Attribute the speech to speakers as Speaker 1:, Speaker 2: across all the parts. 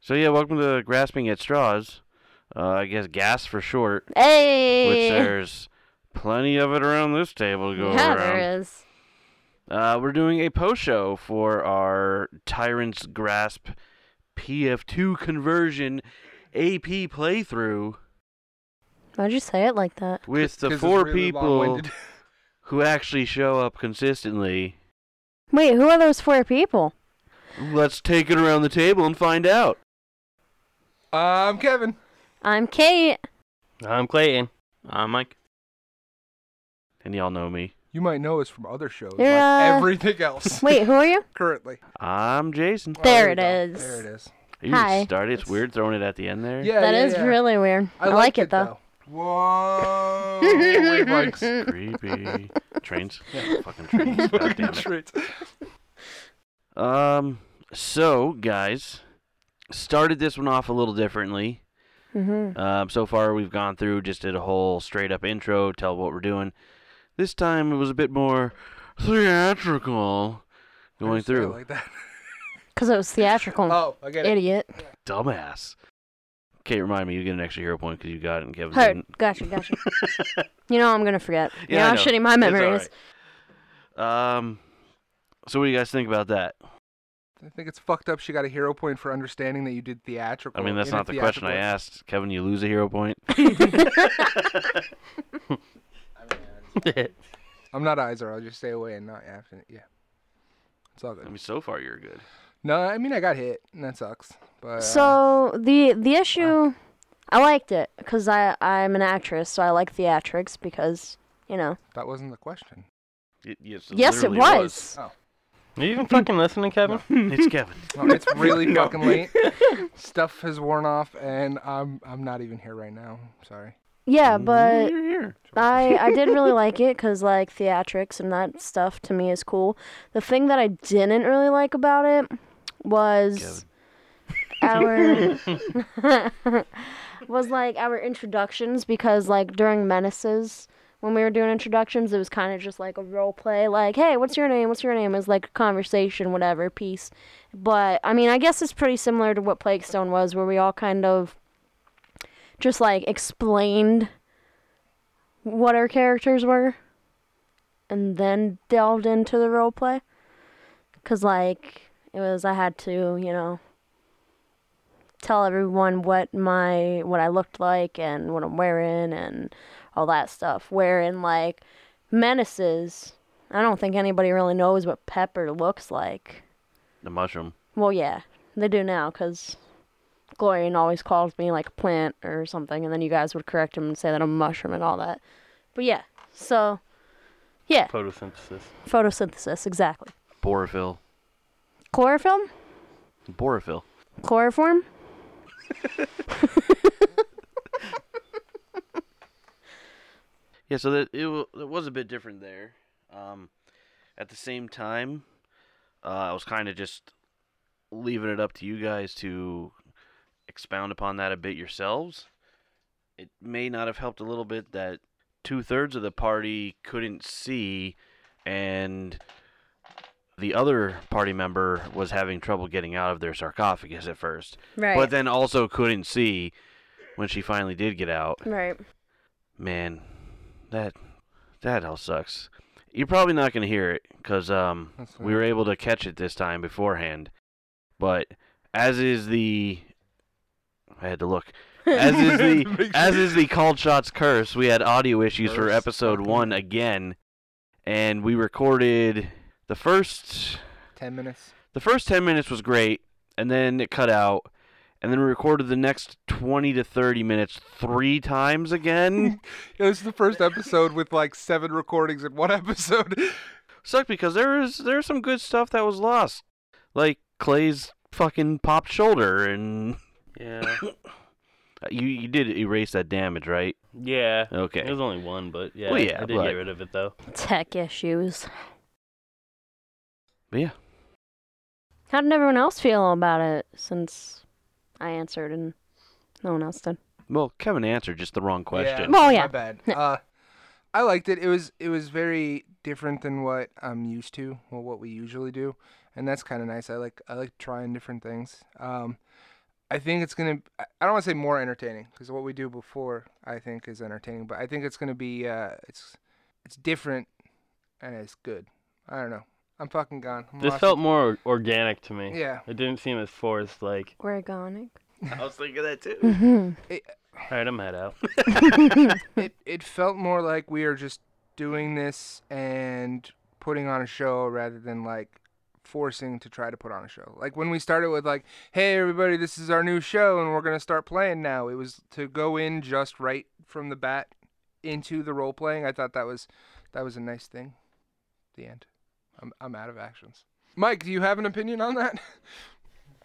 Speaker 1: So yeah, welcome to grasping at straws. Uh, I guess gas for short, which
Speaker 2: Hey.
Speaker 1: there's plenty of it around this table to go
Speaker 2: yeah,
Speaker 1: around.
Speaker 2: there is.
Speaker 1: Uh, we're doing a post show for our Tyrant's Grasp PF2 conversion AP playthrough
Speaker 2: Why'd you say it like that?
Speaker 1: with the
Speaker 3: 'Cause it's
Speaker 1: four
Speaker 3: really
Speaker 1: people
Speaker 3: long-winded.
Speaker 1: who actually show up consistently.
Speaker 2: Wait, who are those four people?
Speaker 1: Let's take it around the table and find out.
Speaker 3: I'm Um, Kevin.
Speaker 2: I'm Kate.
Speaker 4: I'm Clayton. I'm Mike.
Speaker 1: And y'all know me.
Speaker 3: You might know us from other shows,
Speaker 2: You're,
Speaker 3: like
Speaker 2: uh,
Speaker 3: everything else.
Speaker 2: Wait, who are you?
Speaker 3: currently.
Speaker 1: I'm Jason.
Speaker 3: Oh,
Speaker 2: There
Speaker 3: we
Speaker 2: it
Speaker 3: go.
Speaker 2: is.
Speaker 3: There it is.
Speaker 1: You just
Speaker 2: Hi.
Speaker 1: started. It's weird throwing it at the end there.
Speaker 3: Yeah,
Speaker 2: That
Speaker 3: yeah,
Speaker 2: is
Speaker 3: yeah.
Speaker 2: really weird. I, like, it though.
Speaker 3: Whoa! Wavelengths.
Speaker 1: Creepy. trains. Fucking trains. God damn
Speaker 3: Fucking
Speaker 1: it.
Speaker 3: treats.
Speaker 1: Um. So, guys, started this one off a little differently.
Speaker 2: Mhm.
Speaker 1: Um, so far, we've gone through, just did a whole straight up intro, tell what we're doing. This time, it was a bit more theatrical
Speaker 3: I
Speaker 1: going
Speaker 3: just say it
Speaker 1: through.
Speaker 3: like that.
Speaker 2: Because it was theatrical.
Speaker 3: Oh, I get it.
Speaker 2: Idiot.
Speaker 1: Dumbass. Okay, remind me, you get an extra hero point because you got it and Kevin
Speaker 2: Heard.
Speaker 1: didn't.
Speaker 2: Gotcha, gotcha. you know I'm going to forget. you
Speaker 1: Yeah,
Speaker 2: know
Speaker 1: I
Speaker 2: how
Speaker 1: know.
Speaker 2: shitty my
Speaker 1: It's
Speaker 2: memory
Speaker 1: alright.
Speaker 2: is.
Speaker 1: Um, so, what do you guys think about that?
Speaker 3: I think it's fucked up. She got a hero point for understanding that you did theatrical.
Speaker 1: I mean, that's
Speaker 3: in a
Speaker 1: not the question I
Speaker 3: theatrical-
Speaker 1: asked. Kevin, you lose a hero point.
Speaker 3: I'm not either. I'll just stay away and not after it. Yeah, it's all
Speaker 1: I
Speaker 3: good.
Speaker 1: mean, so far, you're good.
Speaker 3: No, I mean I got hit, and that sucks. But uh,
Speaker 2: So the the issue, I liked it because I I'm an actress, so I like theatrics because you know.
Speaker 3: that wasn't the question.
Speaker 1: Y- yes,
Speaker 2: yes, it
Speaker 1: literally
Speaker 2: was.
Speaker 4: Are you even fucking listening, Kevin?
Speaker 1: it's Kevin.
Speaker 3: No, Oh, it's really fucking late. Stuff has worn off, and I'm I'm not even here right now. Sorry.
Speaker 2: Yeah,
Speaker 3: Mm-hmm.
Speaker 2: but
Speaker 1: You're here.
Speaker 2: I I did really like it because like theatrics and that stuff to me is cool. The thing that I didn't really like about it was our was like our introductions because like during menaces when we were doing introductions it was kind of just like a role play like hey what's your name what's your name is like a conversation whatever piece but i mean i guess it's pretty similar to what plague stone was where we all kind of just like explained what our characters were and then delved into the role play because like it was i had to you know tell everyone what my what i looked like and what i'm wearing and all that stuff wherein like menaces i don't think anybody really knows what pepper looks like
Speaker 1: The mushroom.
Speaker 2: well yeah they do now because glorian always calls me like a plant or something and then you guys would correct him and say that i'm a mushroom and all that but yeah so yeah
Speaker 4: Photosynthesis.
Speaker 2: photosynthesis exactly
Speaker 1: Borophyll.
Speaker 2: chlorophyll
Speaker 1: Borophyll.
Speaker 2: Chloroform?
Speaker 1: Yeah, so that it, wa- it was a bit different there. Um, at the same time, uh, I was kind of just leaving it up to you guys to expound upon that a bit yourselves. It may not have helped a little bit that two thirds of the party couldn't see, and the other party member was having trouble getting out of their sarcophagus at first,
Speaker 2: Right.
Speaker 1: but then also couldn't see when she finally did get out.
Speaker 2: right.
Speaker 1: Man, that that all sucks. You're probably not gonna hear it because um,
Speaker 3: That's
Speaker 1: we
Speaker 3: fine.
Speaker 1: were able to catch it this time beforehand. But as is the, I had to look. As is the
Speaker 3: Make
Speaker 1: as
Speaker 3: sure.
Speaker 1: is the called shots curse. We had audio issues for
Speaker 3: Curse.
Speaker 1: episode
Speaker 3: Fucking-
Speaker 1: one again, and we recorded the first
Speaker 3: Ten minutes.
Speaker 1: the first 10 minutes was great and then it cut out and then we recorded the next 20 to 30 minutes three times again
Speaker 3: Yeah, this is the first episode with like seven recordings in one episode.
Speaker 1: sucked because there is there's some good stuff that was lost like clay's fucking popped shoulder and
Speaker 4: Yeah.
Speaker 1: you you did erase that damage right
Speaker 4: yeah.
Speaker 1: okay
Speaker 4: There's only one, but yeah,
Speaker 1: Well, yeah,
Speaker 4: I did
Speaker 1: but-
Speaker 4: get rid of it though.
Speaker 2: Tech issues.
Speaker 1: but yeah
Speaker 2: How did everyone else feel about it since I answered and no one else did?
Speaker 1: well kevin answered just the wrong question
Speaker 2: Well,
Speaker 3: My
Speaker 2: yeah.
Speaker 3: bad. Uh, I liked it. It was it was very different than what I'm used to, well, what we usually do, and that's kind of nice. I like I like trying different things. Um, I think it's gonna. I I don't want to say more entertaining because what we do before I think is entertaining, but I think it's gonna be. Uh, it's it's different, and it's good. I don't know. I'm fucking gone. I'm
Speaker 4: This
Speaker 3: lost.
Speaker 4: felt more organic to me.
Speaker 3: Yeah.
Speaker 4: It didn't seem as forced. Like,
Speaker 2: Organic.
Speaker 1: I was thinking that too.
Speaker 2: Mm-hmm.
Speaker 4: all right, I'm head out.
Speaker 3: it it felt more like we are just doing this and putting on a show rather than like forcing to try to put on a show. Like when we started with like, "Hey everybody, this is our new show and we're going to start playing now." It was to go in just right from the bat into the role playing. I thought that was that was a nice thing. The end. I'm I'm out of actions. Mike, do you have an opinion on that?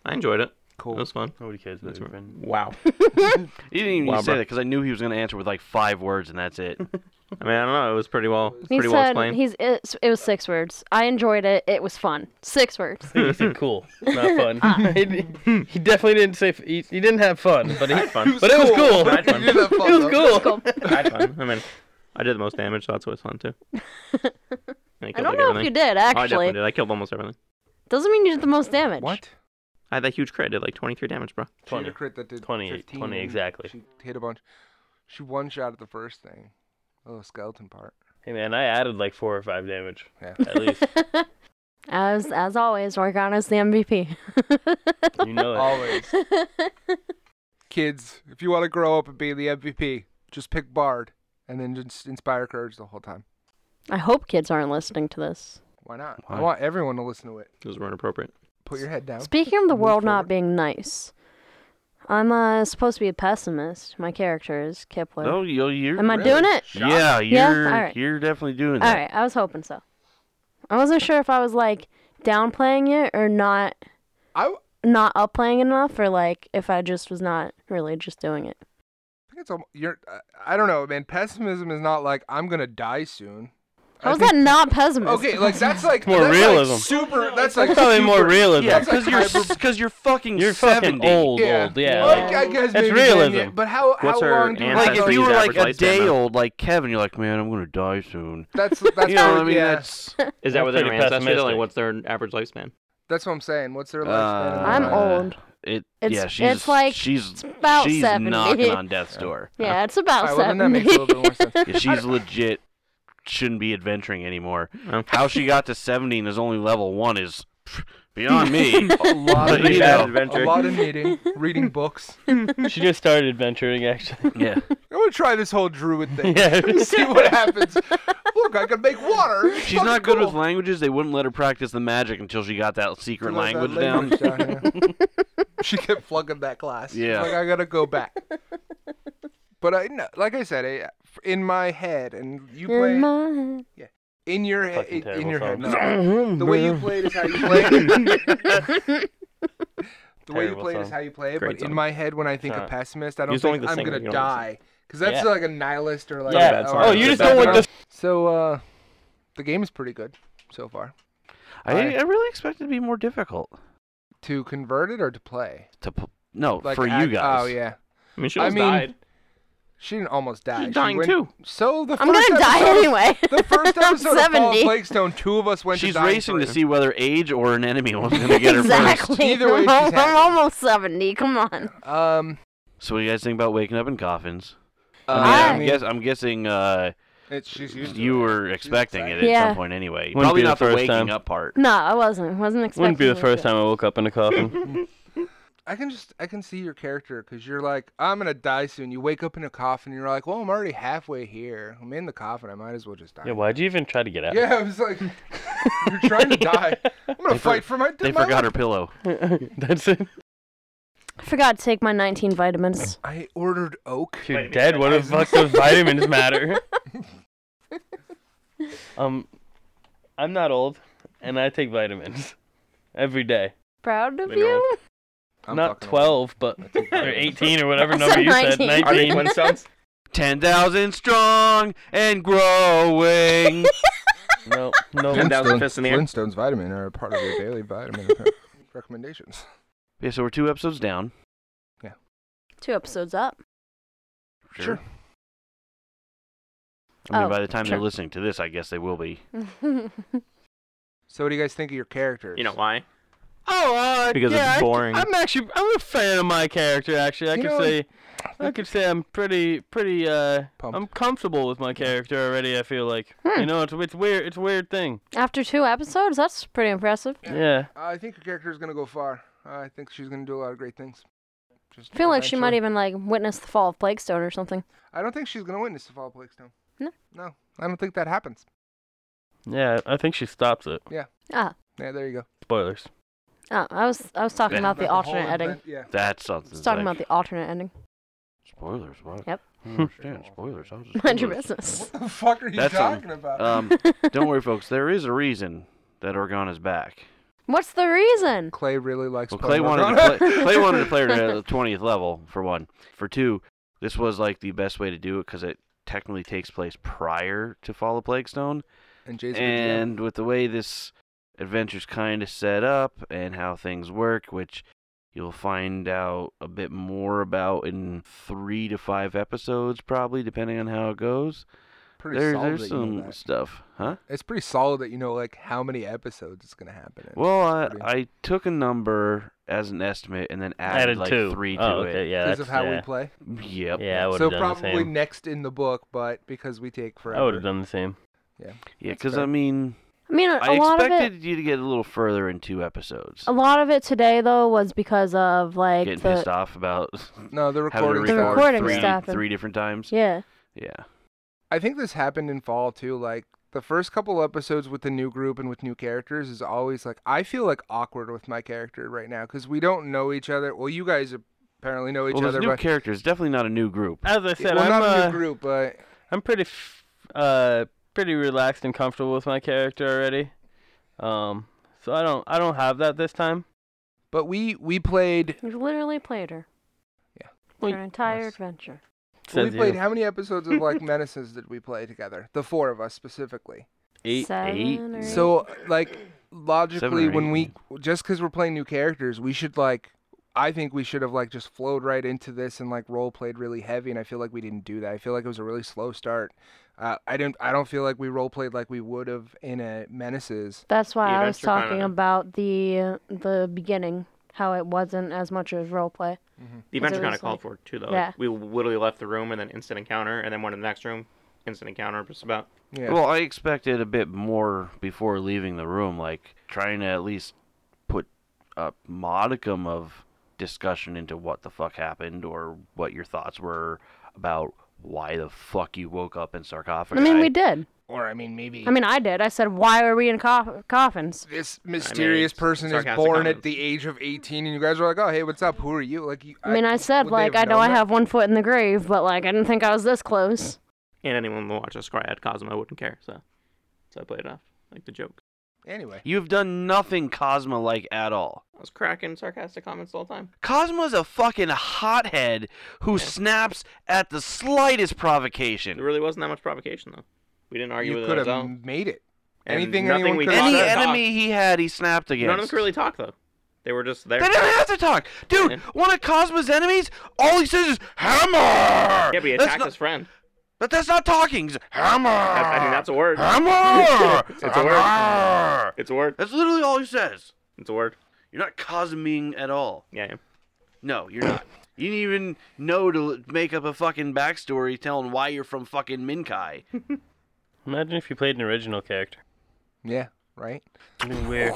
Speaker 5: I enjoyed it.
Speaker 3: Cool.
Speaker 5: It was fun.
Speaker 4: Nobody cares about
Speaker 5: That's
Speaker 4: your
Speaker 5: right.
Speaker 4: friend.
Speaker 5: Wow.
Speaker 1: You didn't even
Speaker 5: Wow,
Speaker 1: need to say
Speaker 5: bro.
Speaker 1: that because I knew he was going to answer with like five words and that's it.
Speaker 5: I mean, I don't know. It was pretty well,
Speaker 2: He
Speaker 5: pretty well
Speaker 2: said
Speaker 5: explained.
Speaker 2: he's it, it was six words. I enjoyed it. It was fun. Six words.
Speaker 4: He said cool, not fun. he, he definitely didn't say f- he, he didn't have fun, but he,
Speaker 5: I had fun.
Speaker 4: but it was cool.
Speaker 5: I had
Speaker 4: It
Speaker 5: fun.
Speaker 3: You did have fun,
Speaker 4: was
Speaker 3: though.
Speaker 4: cool.
Speaker 5: I had fun. I mean, I did the most damage, so that's always fun too. I,
Speaker 2: I
Speaker 5: killed,
Speaker 2: don't
Speaker 5: like,
Speaker 2: know if
Speaker 5: everything.
Speaker 2: you did
Speaker 5: Oh, I
Speaker 2: actually.
Speaker 5: definitely did. I killed almost everything.
Speaker 2: Doesn't mean you did the most damage.
Speaker 3: What?
Speaker 5: I had that huge crit. I did like 23 damage, bro.
Speaker 3: She had a
Speaker 4: 20.
Speaker 3: crit that did
Speaker 4: 20,
Speaker 3: 15,
Speaker 4: 20 exactly.
Speaker 3: She hit a bunch. She one shot at the first thing. Oh, skeleton part.
Speaker 4: Hey man, I added like four or five damage
Speaker 3: Yeah.
Speaker 4: at least.
Speaker 2: As as always, Organa's the MVP.
Speaker 4: You know it.
Speaker 3: Always. Kids, if you want to grow up and be the MVP, just pick Bard and then just inspire courage the whole time.
Speaker 2: I hope kids aren't listening to this.
Speaker 3: Why not? I
Speaker 1: Why?
Speaker 3: want everyone to listen to it.
Speaker 5: Those were inappropriate.
Speaker 3: Put your head down.
Speaker 2: Speaking of the
Speaker 3: Move
Speaker 2: world
Speaker 3: forward.
Speaker 2: not being nice, I'm uh, supposed to be a pessimist. My character is Kipler.
Speaker 1: No, yo, you're.
Speaker 2: Am I
Speaker 3: Really?
Speaker 2: doing it?
Speaker 1: yeah, you're.
Speaker 2: Yeah? Alright.
Speaker 1: You're definitely doing
Speaker 2: All
Speaker 1: that.
Speaker 2: right, I was hoping so. I wasn't sure if I was like downplaying it or not,
Speaker 3: I w-
Speaker 2: not upplaying it enough, or like if I just was not really just doing it.
Speaker 3: I think it's almost, you're. I- I don't know, man. Pessimism is not like I'm gonna die soon. I
Speaker 2: How is
Speaker 3: think-
Speaker 2: that not pessimist?
Speaker 3: Okay, like that's like
Speaker 4: It's more
Speaker 3: that's, like,
Speaker 4: realism.
Speaker 3: super. That's
Speaker 4: That's
Speaker 3: like
Speaker 4: probably
Speaker 3: super-
Speaker 4: more realism.
Speaker 1: Yeah,
Speaker 3: That's like
Speaker 1: because you're
Speaker 3: hyper-
Speaker 1: because you're fucking
Speaker 4: You're
Speaker 1: 70.
Speaker 4: fucking old,
Speaker 3: Yeah.
Speaker 4: old. Yeah.
Speaker 2: Like,
Speaker 3: Well, I guess
Speaker 4: It's
Speaker 3: maybe,
Speaker 4: realism.
Speaker 3: yeah, But how
Speaker 5: What's
Speaker 3: how
Speaker 5: her
Speaker 3: long do you
Speaker 1: Like if
Speaker 5: Ancestry's
Speaker 1: you were like
Speaker 5: average
Speaker 1: a
Speaker 5: lifespan
Speaker 1: day
Speaker 5: now.
Speaker 1: old, like Kevin, you're like, man, I'm gonna die soon.
Speaker 3: That's that's
Speaker 1: you know what
Speaker 3: where-
Speaker 1: I mean?
Speaker 3: yeah.
Speaker 1: That's
Speaker 5: Is
Speaker 4: That's
Speaker 5: that what their
Speaker 4: pretty
Speaker 5: ancestry is? Like,
Speaker 4: pessimistic.
Speaker 5: what's their average lifespan?
Speaker 3: That's what I'm saying. What's their lifespan?
Speaker 1: uh,
Speaker 3: in
Speaker 2: I'm
Speaker 3: the-
Speaker 2: old.
Speaker 1: It
Speaker 2: It's-
Speaker 1: yeah, she's
Speaker 2: it's like-
Speaker 1: she's
Speaker 2: about
Speaker 1: she's
Speaker 2: 70.
Speaker 1: knocking on death's door.
Speaker 2: Yeah, it's about
Speaker 3: Alright, well, then that
Speaker 2: seventy.
Speaker 3: makes a little bit more
Speaker 1: Yeah, she's legit shouldn't be adventuring anymore.
Speaker 5: Oh.
Speaker 1: How she got to 70 and is only level one is pff, beyond me.
Speaker 3: A lot of
Speaker 1: But, you
Speaker 3: reading,
Speaker 1: know.
Speaker 3: a lot of knitting, reading books.
Speaker 4: She just started adventuring actually.
Speaker 1: yeah,
Speaker 3: I'm gonna try this whole druid thing.
Speaker 4: yeah.
Speaker 3: See what happens. Look, I can make water. It's
Speaker 1: she's not good
Speaker 3: fucking
Speaker 1: with languages. They wouldn't let her practice the magic until she got that secret
Speaker 3: cool.
Speaker 1: language
Speaker 3: That
Speaker 1: down.
Speaker 3: language yeah. she kept flunking that class. She's
Speaker 1: Yeah.
Speaker 3: like I gotta go back. But I, no, like I said, I, in my head, and you play
Speaker 2: In my head.
Speaker 3: in your head,
Speaker 4: Fucking
Speaker 3: in,
Speaker 4: terrible
Speaker 3: your head.
Speaker 4: song.
Speaker 3: no. the way you play it is how you play it. the way you
Speaker 4: Terrible
Speaker 3: play it is
Speaker 4: song.
Speaker 3: how you play it.
Speaker 5: Great
Speaker 3: but in
Speaker 5: song.
Speaker 3: my head, when I think of
Speaker 5: Not-
Speaker 3: pessimist, I don't
Speaker 5: just don't
Speaker 3: think
Speaker 5: like
Speaker 3: I'm
Speaker 5: the singer,
Speaker 3: gonna
Speaker 5: you don't
Speaker 3: die.
Speaker 5: like
Speaker 3: Because that's
Speaker 4: Yeah.
Speaker 3: like a nihilist or like.
Speaker 4: Yeah.
Speaker 5: bad song.
Speaker 3: or-
Speaker 4: Oh, you just
Speaker 5: Bad
Speaker 4: don't want
Speaker 5: song.
Speaker 4: this.
Speaker 3: So uh, the game is pretty good so far.
Speaker 1: I, I really expected it to be more difficult
Speaker 3: To convert it or to play?
Speaker 1: to pl- no
Speaker 3: Like
Speaker 1: for you
Speaker 3: act-
Speaker 1: guys.
Speaker 3: Oh yeah.
Speaker 5: I mean, she
Speaker 3: I
Speaker 5: almost
Speaker 3: mean,
Speaker 5: died.
Speaker 3: She didn't almost die.
Speaker 5: She's
Speaker 3: She
Speaker 5: dying
Speaker 3: went-
Speaker 5: too.
Speaker 3: So the
Speaker 2: I'm
Speaker 3: 1st
Speaker 2: gonna die
Speaker 3: episode,
Speaker 2: anyway.
Speaker 3: The first
Speaker 2: I'm
Speaker 3: episode of Fall
Speaker 2: 70.
Speaker 3: of Blackstone, two of us went
Speaker 1: she's
Speaker 3: to dying
Speaker 1: racing to
Speaker 3: three.
Speaker 1: see whether age or an enemy was going to get her
Speaker 2: exactly.
Speaker 1: first.
Speaker 3: Either way, she's
Speaker 2: I'm,
Speaker 3: happy.
Speaker 2: almost seventy. Come on.
Speaker 3: Um,
Speaker 1: So what do you guys think about waking up in coffins?
Speaker 3: uh,
Speaker 1: I
Speaker 2: I-
Speaker 1: mean, I, guess I'm guessing uh,
Speaker 3: it's, she's used to
Speaker 1: you
Speaker 3: it.
Speaker 1: were
Speaker 3: She's
Speaker 1: expecting
Speaker 3: excited.
Speaker 1: it at
Speaker 2: Yeah.
Speaker 1: some point anyway.
Speaker 4: Wouldn't
Speaker 1: Probably
Speaker 4: be the
Speaker 1: not the
Speaker 4: first
Speaker 1: waking
Speaker 4: time.
Speaker 1: up part.
Speaker 2: No, I wasn't. Wasn't expecting.
Speaker 4: Wouldn't be the
Speaker 2: it,
Speaker 4: first
Speaker 2: but-
Speaker 4: time I woke up in a coffin.
Speaker 3: I can just I can see your character because you're like I'm gonna die soon. You wake up in a coffin. You're like, well, I'm already halfway here. I'm in the coffin. I might as well just die.
Speaker 4: yeah, why'd you even try to get out?
Speaker 3: Yeah, I was like, you're trying to die. I'm gonna
Speaker 1: They for-
Speaker 3: fight for my.
Speaker 1: They
Speaker 3: my
Speaker 1: forgot
Speaker 3: life."
Speaker 1: her pillow.
Speaker 4: That's it.
Speaker 2: I forgot to take my 19 vitamins.
Speaker 3: I ordered oak.
Speaker 4: If you're dead, what the fuck does vitamins matter? um, I'm not old, and I take vitamins every day.
Speaker 2: Proud of
Speaker 5: Mineral.
Speaker 2: you.
Speaker 3: I'm
Speaker 4: not
Speaker 3: fucking old.
Speaker 4: 12, but
Speaker 3: I take
Speaker 4: or
Speaker 3: vitamins.
Speaker 4: 18 or whatever
Speaker 2: I
Speaker 4: number
Speaker 2: said
Speaker 4: you said.
Speaker 2: 19.
Speaker 5: Are they
Speaker 4: 19.
Speaker 5: twin sons?
Speaker 1: Ten thousand strong and growing.
Speaker 4: no, no.
Speaker 5: 10,000
Speaker 3: Flintstone-
Speaker 5: fists in the air.
Speaker 3: Flintstones vitamin are part of your daily vitamin recommendations.
Speaker 1: yeah, so we're two episodes down.
Speaker 2: Two episodes up.
Speaker 3: Sure.
Speaker 1: I mean,
Speaker 2: Oh,
Speaker 1: by the time
Speaker 2: sure.
Speaker 1: they're listening to this, I guess they will be.
Speaker 3: So, what do you guys think of your characters?
Speaker 5: You know why?
Speaker 4: Oh, uh,
Speaker 5: Because
Speaker 4: yeah, I
Speaker 5: it's
Speaker 4: c-
Speaker 5: boring.
Speaker 4: I'm actually I'm a fan of my character. Actually, I
Speaker 3: You
Speaker 4: could
Speaker 3: know,
Speaker 4: say I could say I'm pretty pretty uh
Speaker 3: Pumped.
Speaker 4: I'm comfortable with my character already. I feel like you know it's it's weird it's a weird thing.
Speaker 2: After two episodes, that's pretty impressive.
Speaker 4: Yeah.
Speaker 3: I think your character is gonna go far. I think she's gonna do a lot of great things. Just
Speaker 2: I feel like she might
Speaker 3: eventually.
Speaker 2: even like witness the fall of Plague Stone or something.
Speaker 3: I don't think she's gonna witness the fall of Blackstone.
Speaker 2: No.
Speaker 3: No, I don't think that happens.
Speaker 4: Yeah, I think she stops it.
Speaker 2: Ah,
Speaker 3: Yeah, there you go.
Speaker 4: Spoilers.
Speaker 2: ah I was I was talking
Speaker 1: Yeah.
Speaker 2: about the
Speaker 3: About whole
Speaker 2: alternate ending.
Speaker 3: event- Yeah.
Speaker 1: That's something.
Speaker 2: I was talking about
Speaker 1: that-
Speaker 2: the alternate ending.
Speaker 1: spoilers. What?
Speaker 2: Yep.
Speaker 1: I don't understand spoilers. How's it
Speaker 2: Mind your
Speaker 1: spoilers?
Speaker 2: business.
Speaker 3: What the fuck are you
Speaker 1: That's a-
Speaker 3: talking about?
Speaker 1: Um, don't worry, folks. There is a reason that Organa's back.
Speaker 2: What's the reason?
Speaker 3: Clay really likes.
Speaker 1: Well, Clay
Speaker 3: playing
Speaker 1: wanted
Speaker 3: Morgana.
Speaker 1: to play, Clay wanted to play her at the twentieth level for one. For two, this was like the best way to do it because it technically takes place prior to Fall of Plague Stone,
Speaker 3: and Jay's a good GM.
Speaker 1: and with the way this adventure's kind of set up and how things work, which you'll find out a bit more about in three to five episodes, probably depending on how it goes.
Speaker 3: pretty
Speaker 1: There-
Speaker 3: solid
Speaker 1: there's
Speaker 3: that you know
Speaker 1: some
Speaker 3: that.
Speaker 1: stuff, huh?
Speaker 3: It's pretty solid that you know like how many episodes it's gonna happen. in.
Speaker 1: Well, I,
Speaker 3: pretty-
Speaker 1: I took a number as an estimate and then added, like
Speaker 4: two.
Speaker 1: three to
Speaker 4: oh,
Speaker 1: it.
Speaker 4: okay, yeah,
Speaker 3: because
Speaker 4: that's
Speaker 3: of how
Speaker 4: yeah.
Speaker 3: we play.
Speaker 1: Yep.
Speaker 4: Yeah, I would
Speaker 3: So
Speaker 4: have done the
Speaker 3: probably
Speaker 4: same.
Speaker 3: next in the book, but because we take forever.
Speaker 4: I would have done the same.
Speaker 1: Yeah,
Speaker 3: That's
Speaker 1: because
Speaker 3: fair.
Speaker 1: I mean,
Speaker 2: I mean, a,
Speaker 1: I
Speaker 2: a lot of it.
Speaker 1: expected you to get a little further in two episodes.
Speaker 2: A lot of it today though was because of like
Speaker 1: Getting
Speaker 2: the
Speaker 1: pissed off about
Speaker 3: No, the
Speaker 1: having to
Speaker 3: recording.
Speaker 1: record
Speaker 2: The
Speaker 3: stopped.
Speaker 2: recording
Speaker 1: three,
Speaker 2: stopped.
Speaker 1: three different times.
Speaker 2: yeah.
Speaker 1: Yeah.
Speaker 3: I think this happened in fall too. Like the first couple episodes with the new group and with new characters is always like I feel like awkward with my character right now because we don't know each other. Well, you guys apparently know each
Speaker 1: Well,
Speaker 3: other,
Speaker 1: there's new
Speaker 3: but
Speaker 1: characters. Definitely not a new group.
Speaker 4: As I said,
Speaker 3: well,
Speaker 4: I'm
Speaker 3: not
Speaker 4: uh,
Speaker 3: a new group, but
Speaker 4: I'm pretty f- uh pretty relaxed and comfortable with my character already. Um, so I don't I don't have that this time.
Speaker 3: but we we played
Speaker 2: You literally played her.
Speaker 3: Yeah.
Speaker 2: For an entire
Speaker 3: Nice.
Speaker 2: adventure.
Speaker 3: we
Speaker 4: Says you.
Speaker 3: played how many episodes of like menaces did we play together? The four of us specifically.
Speaker 1: Eight.
Speaker 2: Seven
Speaker 1: eight.
Speaker 2: or eight.
Speaker 3: So like logically
Speaker 1: Seven or
Speaker 3: when we
Speaker 1: eight,
Speaker 3: just cuz we're playing new characters, we should like I think we should have like just flowed right into this and like role played really heavy and I feel like we didn't do that. I feel like it was a really slow start. Uh, I didn't I don't feel like we role played like we would have in a Menaces.
Speaker 2: That's why
Speaker 5: The
Speaker 2: I was
Speaker 5: adventure kinda-
Speaker 2: talking about the the beginning, how it wasn't as much as role play.
Speaker 5: The
Speaker 2: Is it
Speaker 5: adventure kind
Speaker 2: was
Speaker 5: of called
Speaker 2: like-
Speaker 5: for it too, though.
Speaker 2: Yeah.
Speaker 5: Like, we literally left the room and then instant encounter, and then went to the next room, instant encounter, just about.
Speaker 3: Yeah.
Speaker 1: Well, I expected a bit more before leaving the room, like trying to at least put a modicum of discussion into what the fuck happened or what your thoughts were about why the fuck you woke up in sarcophagus.
Speaker 2: I mean, we did.
Speaker 3: or I mean maybe
Speaker 2: I mean, I did. I said, why are we in coff- coffins?
Speaker 3: this mysterious
Speaker 5: it's
Speaker 3: person is
Speaker 5: sarcastic
Speaker 3: born at
Speaker 5: comments.
Speaker 3: the age of 18 and you guys are like, "Oh, hey, what's up? Who are you?" Like you,
Speaker 2: I mean, I said,
Speaker 3: would they
Speaker 2: like, I
Speaker 3: have
Speaker 2: know I
Speaker 3: known that?
Speaker 2: have one foot in the grave, but, like, I didn't think I was this close.
Speaker 5: And anyone that watched us cry at Cosmo wouldn't care, so so I played it off like the joke.
Speaker 3: Anyway.
Speaker 1: You've done nothing Cosmo like at all.
Speaker 5: I was cracking sarcastic comments the whole time.
Speaker 1: Cosmo's a fucking hothead who snaps at the slightest
Speaker 5: There
Speaker 1: provocation.
Speaker 5: really wasn't that much provocation though. We didn't argue
Speaker 3: you
Speaker 5: with
Speaker 3: could
Speaker 5: it at
Speaker 3: have
Speaker 5: all.
Speaker 3: made it.
Speaker 5: And
Speaker 3: anything
Speaker 5: nothing
Speaker 3: anyone
Speaker 5: we
Speaker 3: could
Speaker 5: talked
Speaker 3: have
Speaker 1: Any
Speaker 5: about-
Speaker 3: said.
Speaker 1: enemy he had, he snapped against.
Speaker 5: None of them could really talk though. They were just there.
Speaker 1: They don't have to talk, dude.
Speaker 5: Yeah.
Speaker 1: One of Cosmo's enemies, all he says is hammer.
Speaker 5: Yeah, but he
Speaker 1: That's
Speaker 5: attacked
Speaker 1: not-
Speaker 5: his friend.
Speaker 1: But that's not talking. He's, hammer.
Speaker 5: That, I mean, that's a word.
Speaker 1: hammer.
Speaker 5: It's a word.
Speaker 1: Hammer!
Speaker 5: It's a word.
Speaker 1: That's literally all he says.
Speaker 5: It's a word.
Speaker 1: You're not Cosming at all.
Speaker 5: Yeah. yeah.
Speaker 1: No, you're not. You didn't even know to l- make up a fucking backstory telling why you're from fucking Minkai.
Speaker 4: Imagine if you played an original character.
Speaker 3: Yeah, right?
Speaker 4: It'd be weird.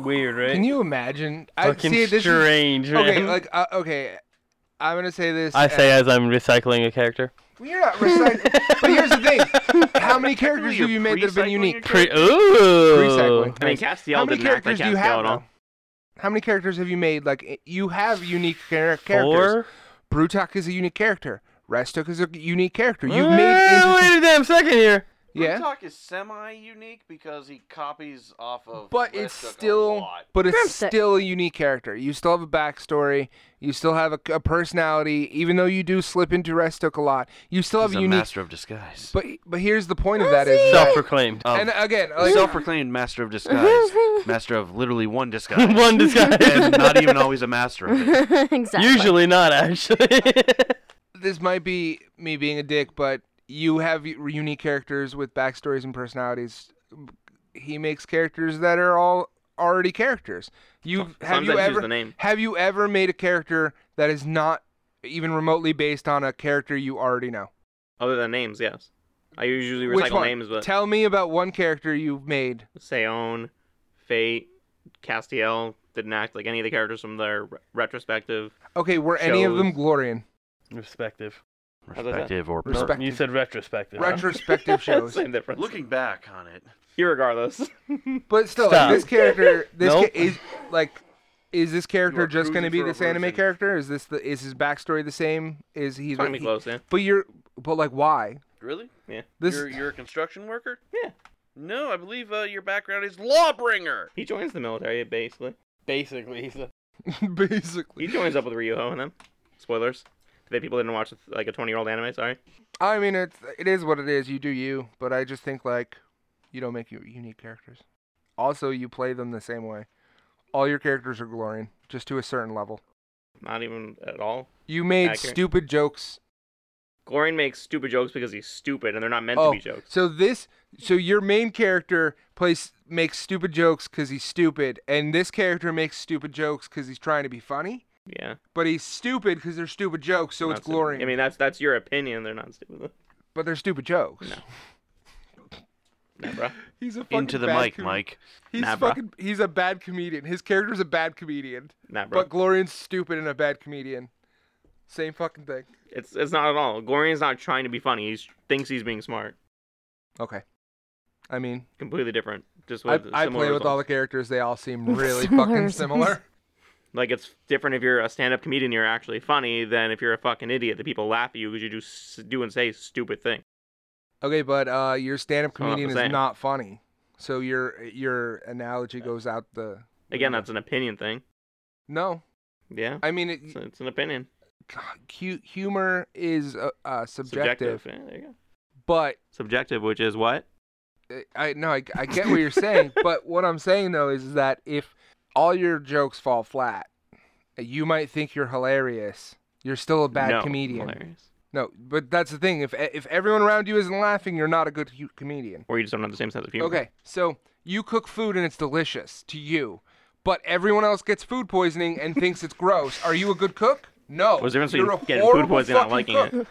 Speaker 4: Weird, right?
Speaker 3: Can you imagine?
Speaker 4: Fucking
Speaker 3: see this is-
Speaker 4: strange, man.
Speaker 3: okay, like uh, okay, I'm gonna say this.
Speaker 4: I say
Speaker 3: uh,
Speaker 4: as I'm recycling a character.
Speaker 3: well, you're not recycling. but here's the thing: how many characters
Speaker 1: You're
Speaker 3: have you made that have been
Speaker 1: pre-cycling
Speaker 3: unique?
Speaker 1: your
Speaker 4: Pre-
Speaker 1: character?
Speaker 4: ooh.
Speaker 3: Recycling.
Speaker 5: I mean,
Speaker 3: Nice.
Speaker 5: Castiel
Speaker 3: How many
Speaker 5: didn't act like
Speaker 3: characters do you
Speaker 5: Castiel
Speaker 3: have?
Speaker 5: at all.
Speaker 3: though? How many characters have you made? Like i- you have unique char- characters.
Speaker 4: Four.
Speaker 3: Brutok is a unique character. Restook is a unique character. You've
Speaker 4: Well,
Speaker 3: made interesting-
Speaker 4: wait a damn second here.
Speaker 3: yeah,
Speaker 1: Talk is semi-unique because he copies off of.
Speaker 3: but it's still but it's
Speaker 2: Grimstick.
Speaker 3: still a unique character. You still have a backstory. You still have a, a personality, even though you do slip into Restook a lot. You still have
Speaker 1: He's
Speaker 3: a
Speaker 1: a
Speaker 3: unique.
Speaker 1: master of disguise.
Speaker 3: But but here's the point of that is that-
Speaker 4: Self-proclaimed.
Speaker 1: Of-
Speaker 3: and again
Speaker 1: A
Speaker 3: like,
Speaker 1: self-proclaimed master of disguise, master of literally one disguise,
Speaker 4: One disguise.
Speaker 1: and not even always a master of it.
Speaker 2: exactly.
Speaker 4: Usually not, actually.
Speaker 3: this might be me being a dick, but you have u- unique characters with backstories and personalities. He makes characters that are all already characters. You have
Speaker 5: Sometimes
Speaker 3: you
Speaker 5: use
Speaker 3: ever
Speaker 5: the name.
Speaker 3: have you ever made a character that is not even remotely based on a character you already know?
Speaker 5: Other than names, yes. I usually
Speaker 3: Which
Speaker 5: recycle
Speaker 3: one?
Speaker 5: names, but
Speaker 3: Tell me about one character you've made.
Speaker 5: Seon, Fate, Castiel didn't act like any of the characters from their re- retrospective.
Speaker 3: Okay, were any of them
Speaker 5: Shows.
Speaker 3: Glorian?
Speaker 4: Respective.
Speaker 5: that?
Speaker 1: Respective or
Speaker 4: No,
Speaker 3: Respect-
Speaker 4: you said retrospective.
Speaker 3: Retrospective shows.
Speaker 5: Same difference.
Speaker 1: Looking back on it,
Speaker 5: Irregardless.
Speaker 3: But still,
Speaker 4: Stop.
Speaker 3: this character, this
Speaker 4: Nope.
Speaker 3: ca- is like, is this character
Speaker 1: are
Speaker 3: just going to
Speaker 1: cruising for
Speaker 3: be
Speaker 1: a
Speaker 3: this anime
Speaker 1: virgin.
Speaker 3: character? Is this the is his backstory the same? Is he's
Speaker 5: Trying to be
Speaker 3: he-
Speaker 5: close, yeah.
Speaker 3: But you're, but like, why?
Speaker 1: really?
Speaker 3: This
Speaker 1: You're you're a construction worker?
Speaker 5: Yeah.
Speaker 1: No, I believe uh, your background is lawbringer.
Speaker 5: He joins the military, basically.
Speaker 4: Basically, he's a,
Speaker 5: He
Speaker 3: basically.
Speaker 5: joins up with Ryuho and them. Spoilers. That people didn't watch like a 20 year old anime, sorry.
Speaker 3: I mean, it's it is what it is. You do you, but I just think like, you don't make your unique characters. Also, you play them the same way. All your characters are Glorian, just to a certain level.
Speaker 5: Not even at all.
Speaker 3: You made
Speaker 5: Accurate.
Speaker 3: stupid jokes.
Speaker 5: Glorian makes stupid jokes because he's stupid and they're not meant
Speaker 3: oh,
Speaker 5: to be jokes.
Speaker 3: so this, so your main character plays makes stupid jokes because he's stupid, and this character makes stupid jokes because he's trying to be funny,
Speaker 5: Yeah.
Speaker 3: but he's stupid because they're stupid jokes, so
Speaker 5: not
Speaker 3: it's
Speaker 5: stupid.
Speaker 3: Glorian.
Speaker 5: I mean, that's that's your opinion. They're not stupid.
Speaker 3: but they're stupid jokes.
Speaker 5: No. Nah, bro.
Speaker 3: He's a fucking
Speaker 1: Into the
Speaker 3: bad
Speaker 1: mic,
Speaker 3: com-
Speaker 1: Mike.
Speaker 3: He's
Speaker 5: Nah, bruh.
Speaker 3: fucking. He's a bad comedian. His character's a bad comedian.
Speaker 5: Nah, bro.
Speaker 3: But Glorian's stupid and a bad comedian. Same fucking thing.
Speaker 5: It's it's not at all. Glorian's not trying to be funny. He thinks he's being smart.
Speaker 3: Okay. I mean,
Speaker 5: Completely different. Just
Speaker 3: I,
Speaker 5: with
Speaker 3: I play
Speaker 5: similar
Speaker 3: with all the
Speaker 5: results.
Speaker 3: characters. They all seem really
Speaker 2: Similar
Speaker 3: fucking
Speaker 2: results.
Speaker 3: similar.
Speaker 5: like it's different if you're a stand up comedian, you're actually funny, than if you're a fucking idiot that people laugh at you because you do s- do and say stupid things.
Speaker 3: Okay, but uh, your stand-up
Speaker 5: That's what I'm
Speaker 3: comedian is
Speaker 5: saying.
Speaker 3: not funny, so your your analogy goes out the.
Speaker 5: Again,
Speaker 3: window.
Speaker 5: that's an opinion thing.
Speaker 3: no.
Speaker 5: Yeah,
Speaker 3: I mean, it,
Speaker 5: it's, it's an opinion.
Speaker 3: hu- humor is uh, uh, subjective,
Speaker 5: Subjective. Yeah, there you go.
Speaker 3: but
Speaker 5: Subjective, which is what?
Speaker 3: I- I no, I, I get what you're saying, but what I'm saying though is that if all your jokes fall flat, you might think you're hilarious. You're still a bad
Speaker 5: No.
Speaker 3: comedian.
Speaker 5: Hilarious.
Speaker 3: No, but that's the thing. If if everyone around you isn't laughing, you're not a good hu- comedian.
Speaker 5: Or you just don't have the same sense of humor.
Speaker 3: Okay, so you cook food and it's delicious to you, but everyone else gets food poisoning and thinks it's gross. Are you a good cook? No.
Speaker 5: What's the difference
Speaker 3: You're
Speaker 5: between
Speaker 3: a
Speaker 5: getting food
Speaker 3: horrible
Speaker 5: poisoning and not
Speaker 3: fucking
Speaker 5: liking
Speaker 3: cook.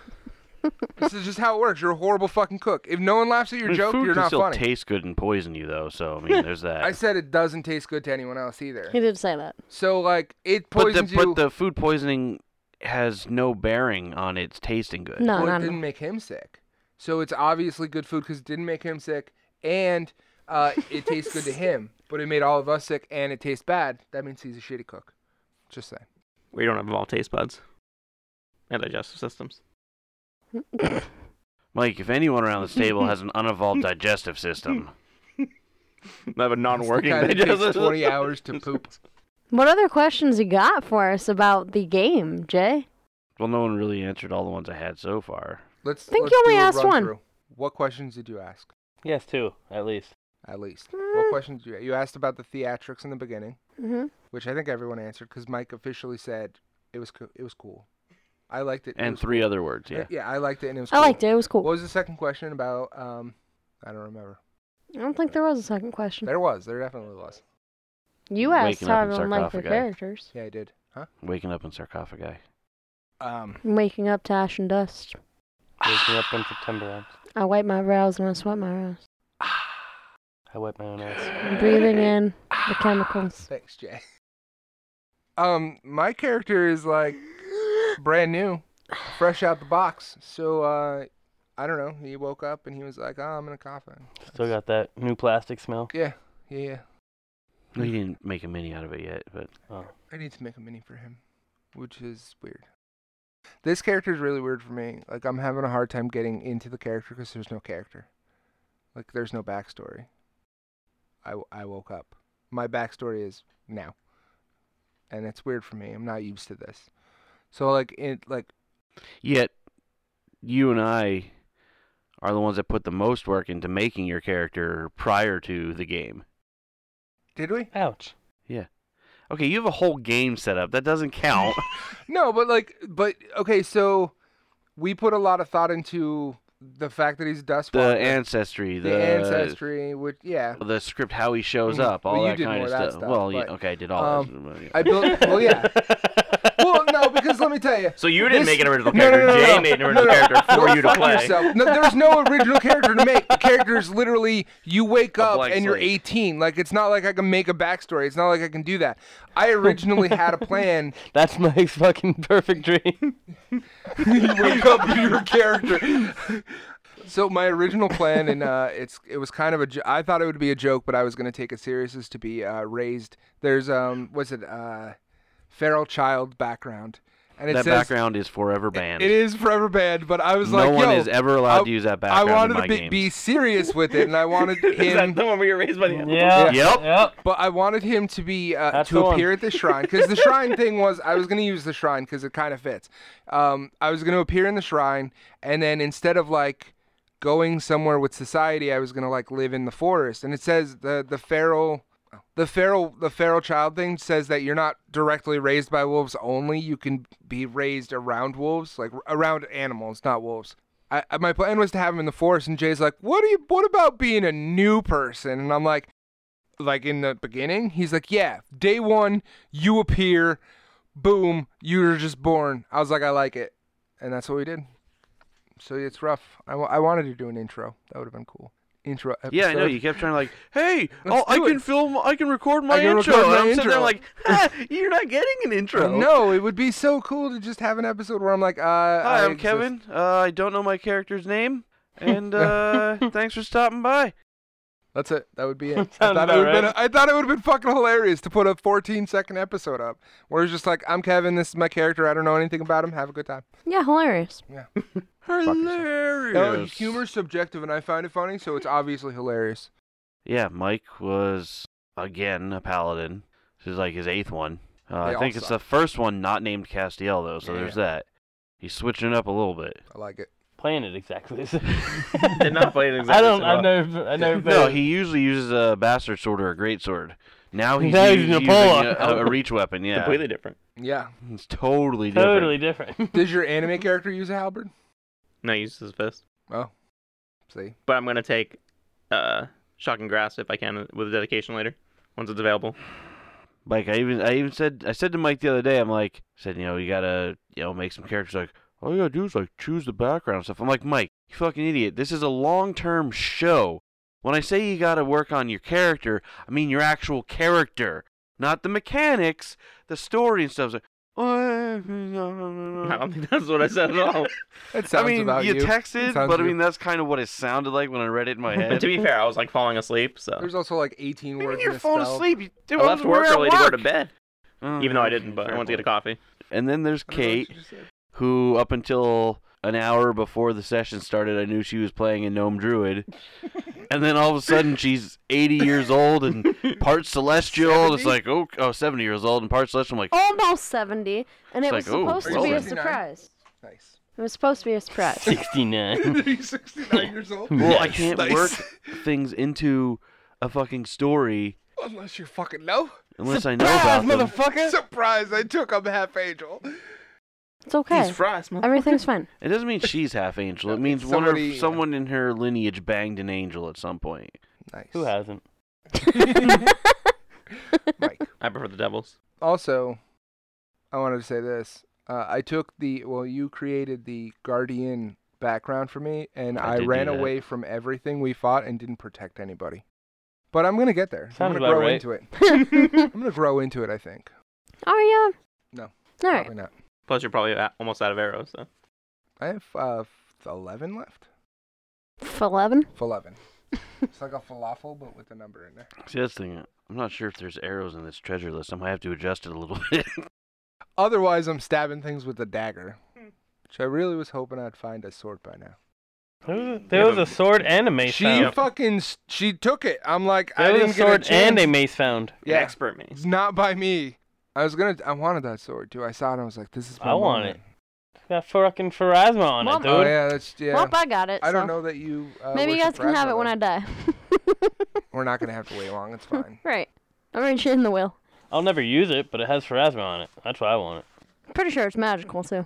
Speaker 5: it?
Speaker 3: This is just how it works. You're a horrible fucking cook. If no one laughs at your
Speaker 1: I mean,
Speaker 3: joke,
Speaker 1: food
Speaker 3: you're
Speaker 1: can
Speaker 3: not
Speaker 1: still
Speaker 3: funny.
Speaker 1: taste good and poison you though. So I mean, there's that.
Speaker 3: I said it doesn't taste good to anyone else either.
Speaker 2: He did say that.
Speaker 3: So like it
Speaker 1: but the
Speaker 3: poisons you.
Speaker 1: but the food poisoning has no bearing on its tasting good.
Speaker 2: No,
Speaker 3: well,
Speaker 2: no,
Speaker 3: it
Speaker 2: no.
Speaker 3: didn't make him sick. So it's obviously good food because it didn't make him sick, and uh, it tastes good to him. But it made all of us sick, and it tastes bad. That means he's a shitty cook. Just saying.
Speaker 5: Where you don't have all taste buds and digestive systems.
Speaker 1: Mike, if anyone around this table has an unevolved digestive system,
Speaker 5: Not a
Speaker 3: It's the
Speaker 5: non-working
Speaker 3: guy that
Speaker 5: digestive
Speaker 3: takes Twenty hours to poop.
Speaker 2: What other questions you got for us about the game, Jay?
Speaker 1: well, no one really answered all the ones I had so far.
Speaker 3: Let's.
Speaker 2: I think
Speaker 3: let's
Speaker 2: you only
Speaker 3: do a
Speaker 2: asked
Speaker 3: run
Speaker 2: one.
Speaker 3: through. What questions did you ask?
Speaker 4: yes, two at least.
Speaker 3: At least.
Speaker 2: Mm.
Speaker 3: What questions did you? You asked about the theatrics in the beginning,
Speaker 2: Mm-hmm.
Speaker 3: which I think everyone answered because Mike officially said it was co- it was cool. I liked it.
Speaker 1: And three other words, yeah.
Speaker 3: Yeah. yeah, I liked it, and it was.
Speaker 2: I
Speaker 3: cool.
Speaker 2: liked it. It was
Speaker 3: What
Speaker 2: cool.
Speaker 3: was the second question about? Um, I don't remember.
Speaker 2: I don't think there was a second question.
Speaker 3: There was. There definitely was.
Speaker 2: You asked
Speaker 1: Waking
Speaker 2: how
Speaker 1: up in
Speaker 2: everyone liked their
Speaker 1: sarcophagi.
Speaker 2: characters.
Speaker 3: Yeah, I did. Huh?
Speaker 1: Waking up in sarcophagi.
Speaker 3: Um.
Speaker 2: Waking up to ash and dust.
Speaker 4: Waking up in September. I'm-
Speaker 2: I wipe my brows and I sweat my brows.
Speaker 4: I wipe my own ass.
Speaker 2: I'm breathing in the chemicals.
Speaker 3: Thanks, Jay. Um, my character is like brand new, fresh out the box. So, uh, I don't know. He woke up and he was like, "Oh, I'm in a coffin."
Speaker 4: Still got that new plastic smell.
Speaker 3: Yeah, yeah, yeah.
Speaker 1: He didn't make a mini out of it yet, but
Speaker 4: Oh.
Speaker 3: I need to make a mini for him, which is weird. This character is really weird for me. Like, I'm having a hard time getting into the character because there's no character. Like, there's no backstory. I, w- I woke up. My backstory is now, and it's weird for me. I'm not used to this. So like it like
Speaker 1: yet you and I are the ones that put the most work into making your character prior to the game.
Speaker 3: did we?
Speaker 4: Ouch.
Speaker 1: Okay, you have a whole game set up. That doesn't count.
Speaker 3: No, but like but okay, so we put a lot of thought into the fact that he's dust
Speaker 1: the
Speaker 3: Walker,
Speaker 1: ancestry, the,
Speaker 3: the ancestry, which yeah,
Speaker 1: the script, how he shows
Speaker 3: Mhm.
Speaker 1: up, all
Speaker 3: Well, you
Speaker 1: that
Speaker 3: did
Speaker 1: kind
Speaker 3: more
Speaker 1: of
Speaker 3: of that
Speaker 1: stuff.
Speaker 3: stuff,
Speaker 1: Well, yeah,
Speaker 3: but,
Speaker 1: okay, I did all
Speaker 3: um,
Speaker 1: this. but yeah.
Speaker 3: I built. Well, yeah. well, no, because let me tell you.
Speaker 5: So you didn't
Speaker 3: This-
Speaker 5: make an original
Speaker 3: No, no,
Speaker 5: character.
Speaker 3: no, no,
Speaker 5: Jay
Speaker 3: no.
Speaker 5: made an
Speaker 3: No,
Speaker 5: original
Speaker 3: no.
Speaker 5: character for
Speaker 3: Go
Speaker 5: you to
Speaker 3: fuck
Speaker 5: play.
Speaker 3: yourself. No, there's no original character to make. The character is literally you wake up
Speaker 1: blank
Speaker 3: and you're
Speaker 1: slate.
Speaker 3: 18. Like it's not like I can make a backstory. It's not like I can do that. I originally had a plan.
Speaker 4: That's my fucking perfect dream.
Speaker 3: you wake up and your character. So my original plan, and uh, it's it was kind of a. Jo- I thought it would be a joke, but I was going to take it serious, is to be uh, raised. There's um, was it uh, feral child background, and it
Speaker 1: that
Speaker 3: says
Speaker 1: background is forever banned.
Speaker 3: it is forever banned. But I was
Speaker 1: no
Speaker 3: like,
Speaker 1: one
Speaker 3: yo,
Speaker 1: is ever allowed
Speaker 3: I-
Speaker 1: to use that
Speaker 3: I
Speaker 1: background in
Speaker 3: wanted to
Speaker 1: my
Speaker 3: be,
Speaker 1: games.
Speaker 3: be serious with it, and I wanted
Speaker 5: Is that
Speaker 3: him,
Speaker 5: the one where you're raised by the animal?
Speaker 1: Yep.
Speaker 4: Yep.
Speaker 3: but I wanted him to be uh,
Speaker 4: That's
Speaker 3: to
Speaker 4: the one.
Speaker 3: appear at the shrine because the shrine thing was I was gonna use the shrine because it kind of fits. Um, I was gonna appear in the shrine, and then instead of like going somewhere with society, I was gonna like live in the forest. And it says the the feral. The feral, the feral child thing says that you're not directly raised by wolves only. You can be raised around wolves, like around animals, not wolves. I, I- my plan was to have him in the forest, and Jay's like, "What are you? What about being a new person?" And I'm like, "Like in the beginning?" He's like, "Yeah, day one, you appear, boom, you're just born." I was like, "I like it," and that's what we did. So it's rough. I wa- I wanted to do an intro. That would have been cool. Intro. Episode.
Speaker 1: Yeah, I know. You kept trying to like, hey, oh,
Speaker 3: Let's
Speaker 1: I
Speaker 3: do
Speaker 1: can
Speaker 3: it.
Speaker 1: film, I can record my
Speaker 3: can
Speaker 1: intro.
Speaker 3: record my
Speaker 1: and I'm sitting there
Speaker 3: intro.
Speaker 1: like, "Ha, you're not getting an intro.
Speaker 3: No, uh, it would be so cool to just have an episode where I'm like, uh,
Speaker 1: Hi,
Speaker 3: "Hi,
Speaker 1: I'm Kevin. Uh, I don't know my character's name, and uh, thanks for stopping by.
Speaker 3: That's it. That would be it. I,
Speaker 4: Sounds
Speaker 3: thought it
Speaker 4: about
Speaker 3: would have been,
Speaker 4: right.
Speaker 3: I thought it would have been fucking hilarious to put a 14 second episode up where it's just like, I'm Kevin. This is my character. I don't know anything about him. Have a good time.
Speaker 2: Yeah, hilarious.
Speaker 3: yourself.
Speaker 1: Hilarious.
Speaker 3: No, humor's subjective, and I find it funny, so it's obviously hilarious.
Speaker 1: Yeah, Mike was again a paladin. This is like his eighth one. Uh,
Speaker 3: They
Speaker 1: I
Speaker 3: all
Speaker 1: think it's
Speaker 3: suck.
Speaker 1: the first one not named Castiel though, so there's that. He's switching it up a little bit.
Speaker 3: I like it.
Speaker 4: Playing it exactly. the same.
Speaker 5: Did not play it exactly.
Speaker 4: I don't.
Speaker 5: so
Speaker 4: I
Speaker 5: well.
Speaker 4: never. I never.
Speaker 1: No,
Speaker 4: played it.
Speaker 1: he usually uses a bastard sword or a great sword. Now he's,
Speaker 4: Now he's
Speaker 1: u- using
Speaker 4: Napola.
Speaker 1: a, a reach weapon. Yeah,
Speaker 5: Completely different.
Speaker 3: Yeah.
Speaker 1: it's totally different.
Speaker 4: totally different.
Speaker 3: Does your anime character use a halberd?
Speaker 5: No, he uses his fist.
Speaker 3: Oh, see.
Speaker 5: But I'm gonna take uh, shocking grass if I can with a dedication later, once it's available.
Speaker 1: Like I even I even said I said to Mike the other day I'm like said you know you gotta you know make some characters like all you gotta do is like choose the background and stuff I'm like Mike you fucking idiot this is a long term show when I say you gotta work on your character I mean your actual character not the mechanics the story and stuff it's "Oh, like
Speaker 5: I don't think that's what I said at all.
Speaker 3: That
Speaker 1: I
Speaker 3: sounds
Speaker 1: mean
Speaker 3: about
Speaker 1: you
Speaker 3: you.
Speaker 1: texted
Speaker 3: Sounds
Speaker 1: but I
Speaker 3: you.
Speaker 1: mean that's kind of what it sounded like when I read it in my
Speaker 5: But
Speaker 1: head
Speaker 5: to be fair, I was like falling asleep, so
Speaker 3: There's also like 18
Speaker 1: you mean
Speaker 3: words.
Speaker 1: you're
Speaker 3: in a
Speaker 1: falling
Speaker 3: spell.
Speaker 1: asleep you,
Speaker 5: I left work early to go to bed.
Speaker 1: bed
Speaker 5: Even though I didn't, but I went to get a coffee.
Speaker 1: and then there's
Speaker 3: I don't know what
Speaker 1: Kate
Speaker 3: you just said.
Speaker 1: who up until an hour before the session started I knew she was playing a gnome druid. and then all of a sudden she's 80 years old and part celestial. and It's
Speaker 3: 70?
Speaker 1: like, oh, oh, 70 years old and part celestial. I'm like,
Speaker 2: Almost 70, and it
Speaker 1: It's
Speaker 2: was
Speaker 1: like, ooh,
Speaker 2: supposed to
Speaker 1: well
Speaker 2: be a
Speaker 1: then.
Speaker 2: surprise.
Speaker 3: Nice.
Speaker 2: It was supposed to be a surprise.
Speaker 4: Sixty-nine.
Speaker 3: Are you 69 years old?
Speaker 1: well, I can't
Speaker 3: Oh, nice.
Speaker 1: work things into a fucking story
Speaker 3: Unless you fucking know. Ah,
Speaker 1: unless I know about them.
Speaker 4: motherfucker.
Speaker 3: Surprise! I took I'm half angel.
Speaker 2: It's okay.
Speaker 5: fries, man.
Speaker 2: Everything's fine.
Speaker 1: It doesn't mean she's half angel. It
Speaker 3: Okay,
Speaker 1: means one
Speaker 5: uh,
Speaker 3: somebody-
Speaker 1: or someone in her lineage banged an angel at some point.
Speaker 3: Nice.
Speaker 4: Who hasn't?
Speaker 3: Mike.
Speaker 5: I prefer the devils.
Speaker 3: Also, I wanted to say this. Uh, I took the well, you created the guardian background for me, and
Speaker 1: I
Speaker 3: I,
Speaker 1: did do
Speaker 3: ran
Speaker 1: that.
Speaker 3: away from everything we fought and didn't protect anybody. But I'm gonna get there. I'm
Speaker 4: Sounds about
Speaker 3: gonna grow
Speaker 4: right.
Speaker 3: into it.
Speaker 2: Are
Speaker 3: I'm gonna grow into it. I think.
Speaker 2: you?
Speaker 3: No.
Speaker 2: All right.
Speaker 3: Probably not.
Speaker 5: Plus, you're probably a- almost out of arrows. So.
Speaker 3: I have uh, f- eleven left.
Speaker 2: F- 11?
Speaker 3: F- Eleven. it's like a falafel, but with a number in there.
Speaker 1: See, that's the thing. I'm not sure if there's arrows in this treasure list. I might have to adjust it a little bit.
Speaker 3: Otherwise, I'm stabbing things with a dagger, which I really was hoping I'd find a sword by now.
Speaker 4: There was a, there was a sword and a mace
Speaker 3: She
Speaker 4: found.
Speaker 3: fucking s- she took it. I'm like, I
Speaker 4: There
Speaker 3: didn't
Speaker 4: was a
Speaker 3: get
Speaker 4: sword and a
Speaker 3: chance.
Speaker 4: mace found.
Speaker 5: Yeah.
Speaker 3: Yeah.
Speaker 5: An expert maze.
Speaker 3: It's not by me. I was gonna. I wanted that sword too. I saw it. and I was like, this is. My
Speaker 4: I want
Speaker 3: moment.
Speaker 4: It's got fucking Pharasma on
Speaker 2: Well,
Speaker 4: it, dude.
Speaker 3: Oh yeah, that's yeah.
Speaker 2: Well, I got it.
Speaker 3: I don't
Speaker 2: so.
Speaker 3: know that you. Uh,
Speaker 2: Maybe you guys
Speaker 3: worship
Speaker 2: can have it when I
Speaker 3: Ragnarok.
Speaker 2: die.
Speaker 3: We're not gonna have to wait long. It's fine.
Speaker 2: right. I'm already shitting the wheel.
Speaker 4: I'll never use it, but it has Pharasma on it. That's why I want it.
Speaker 2: Pretty sure it's magical, too.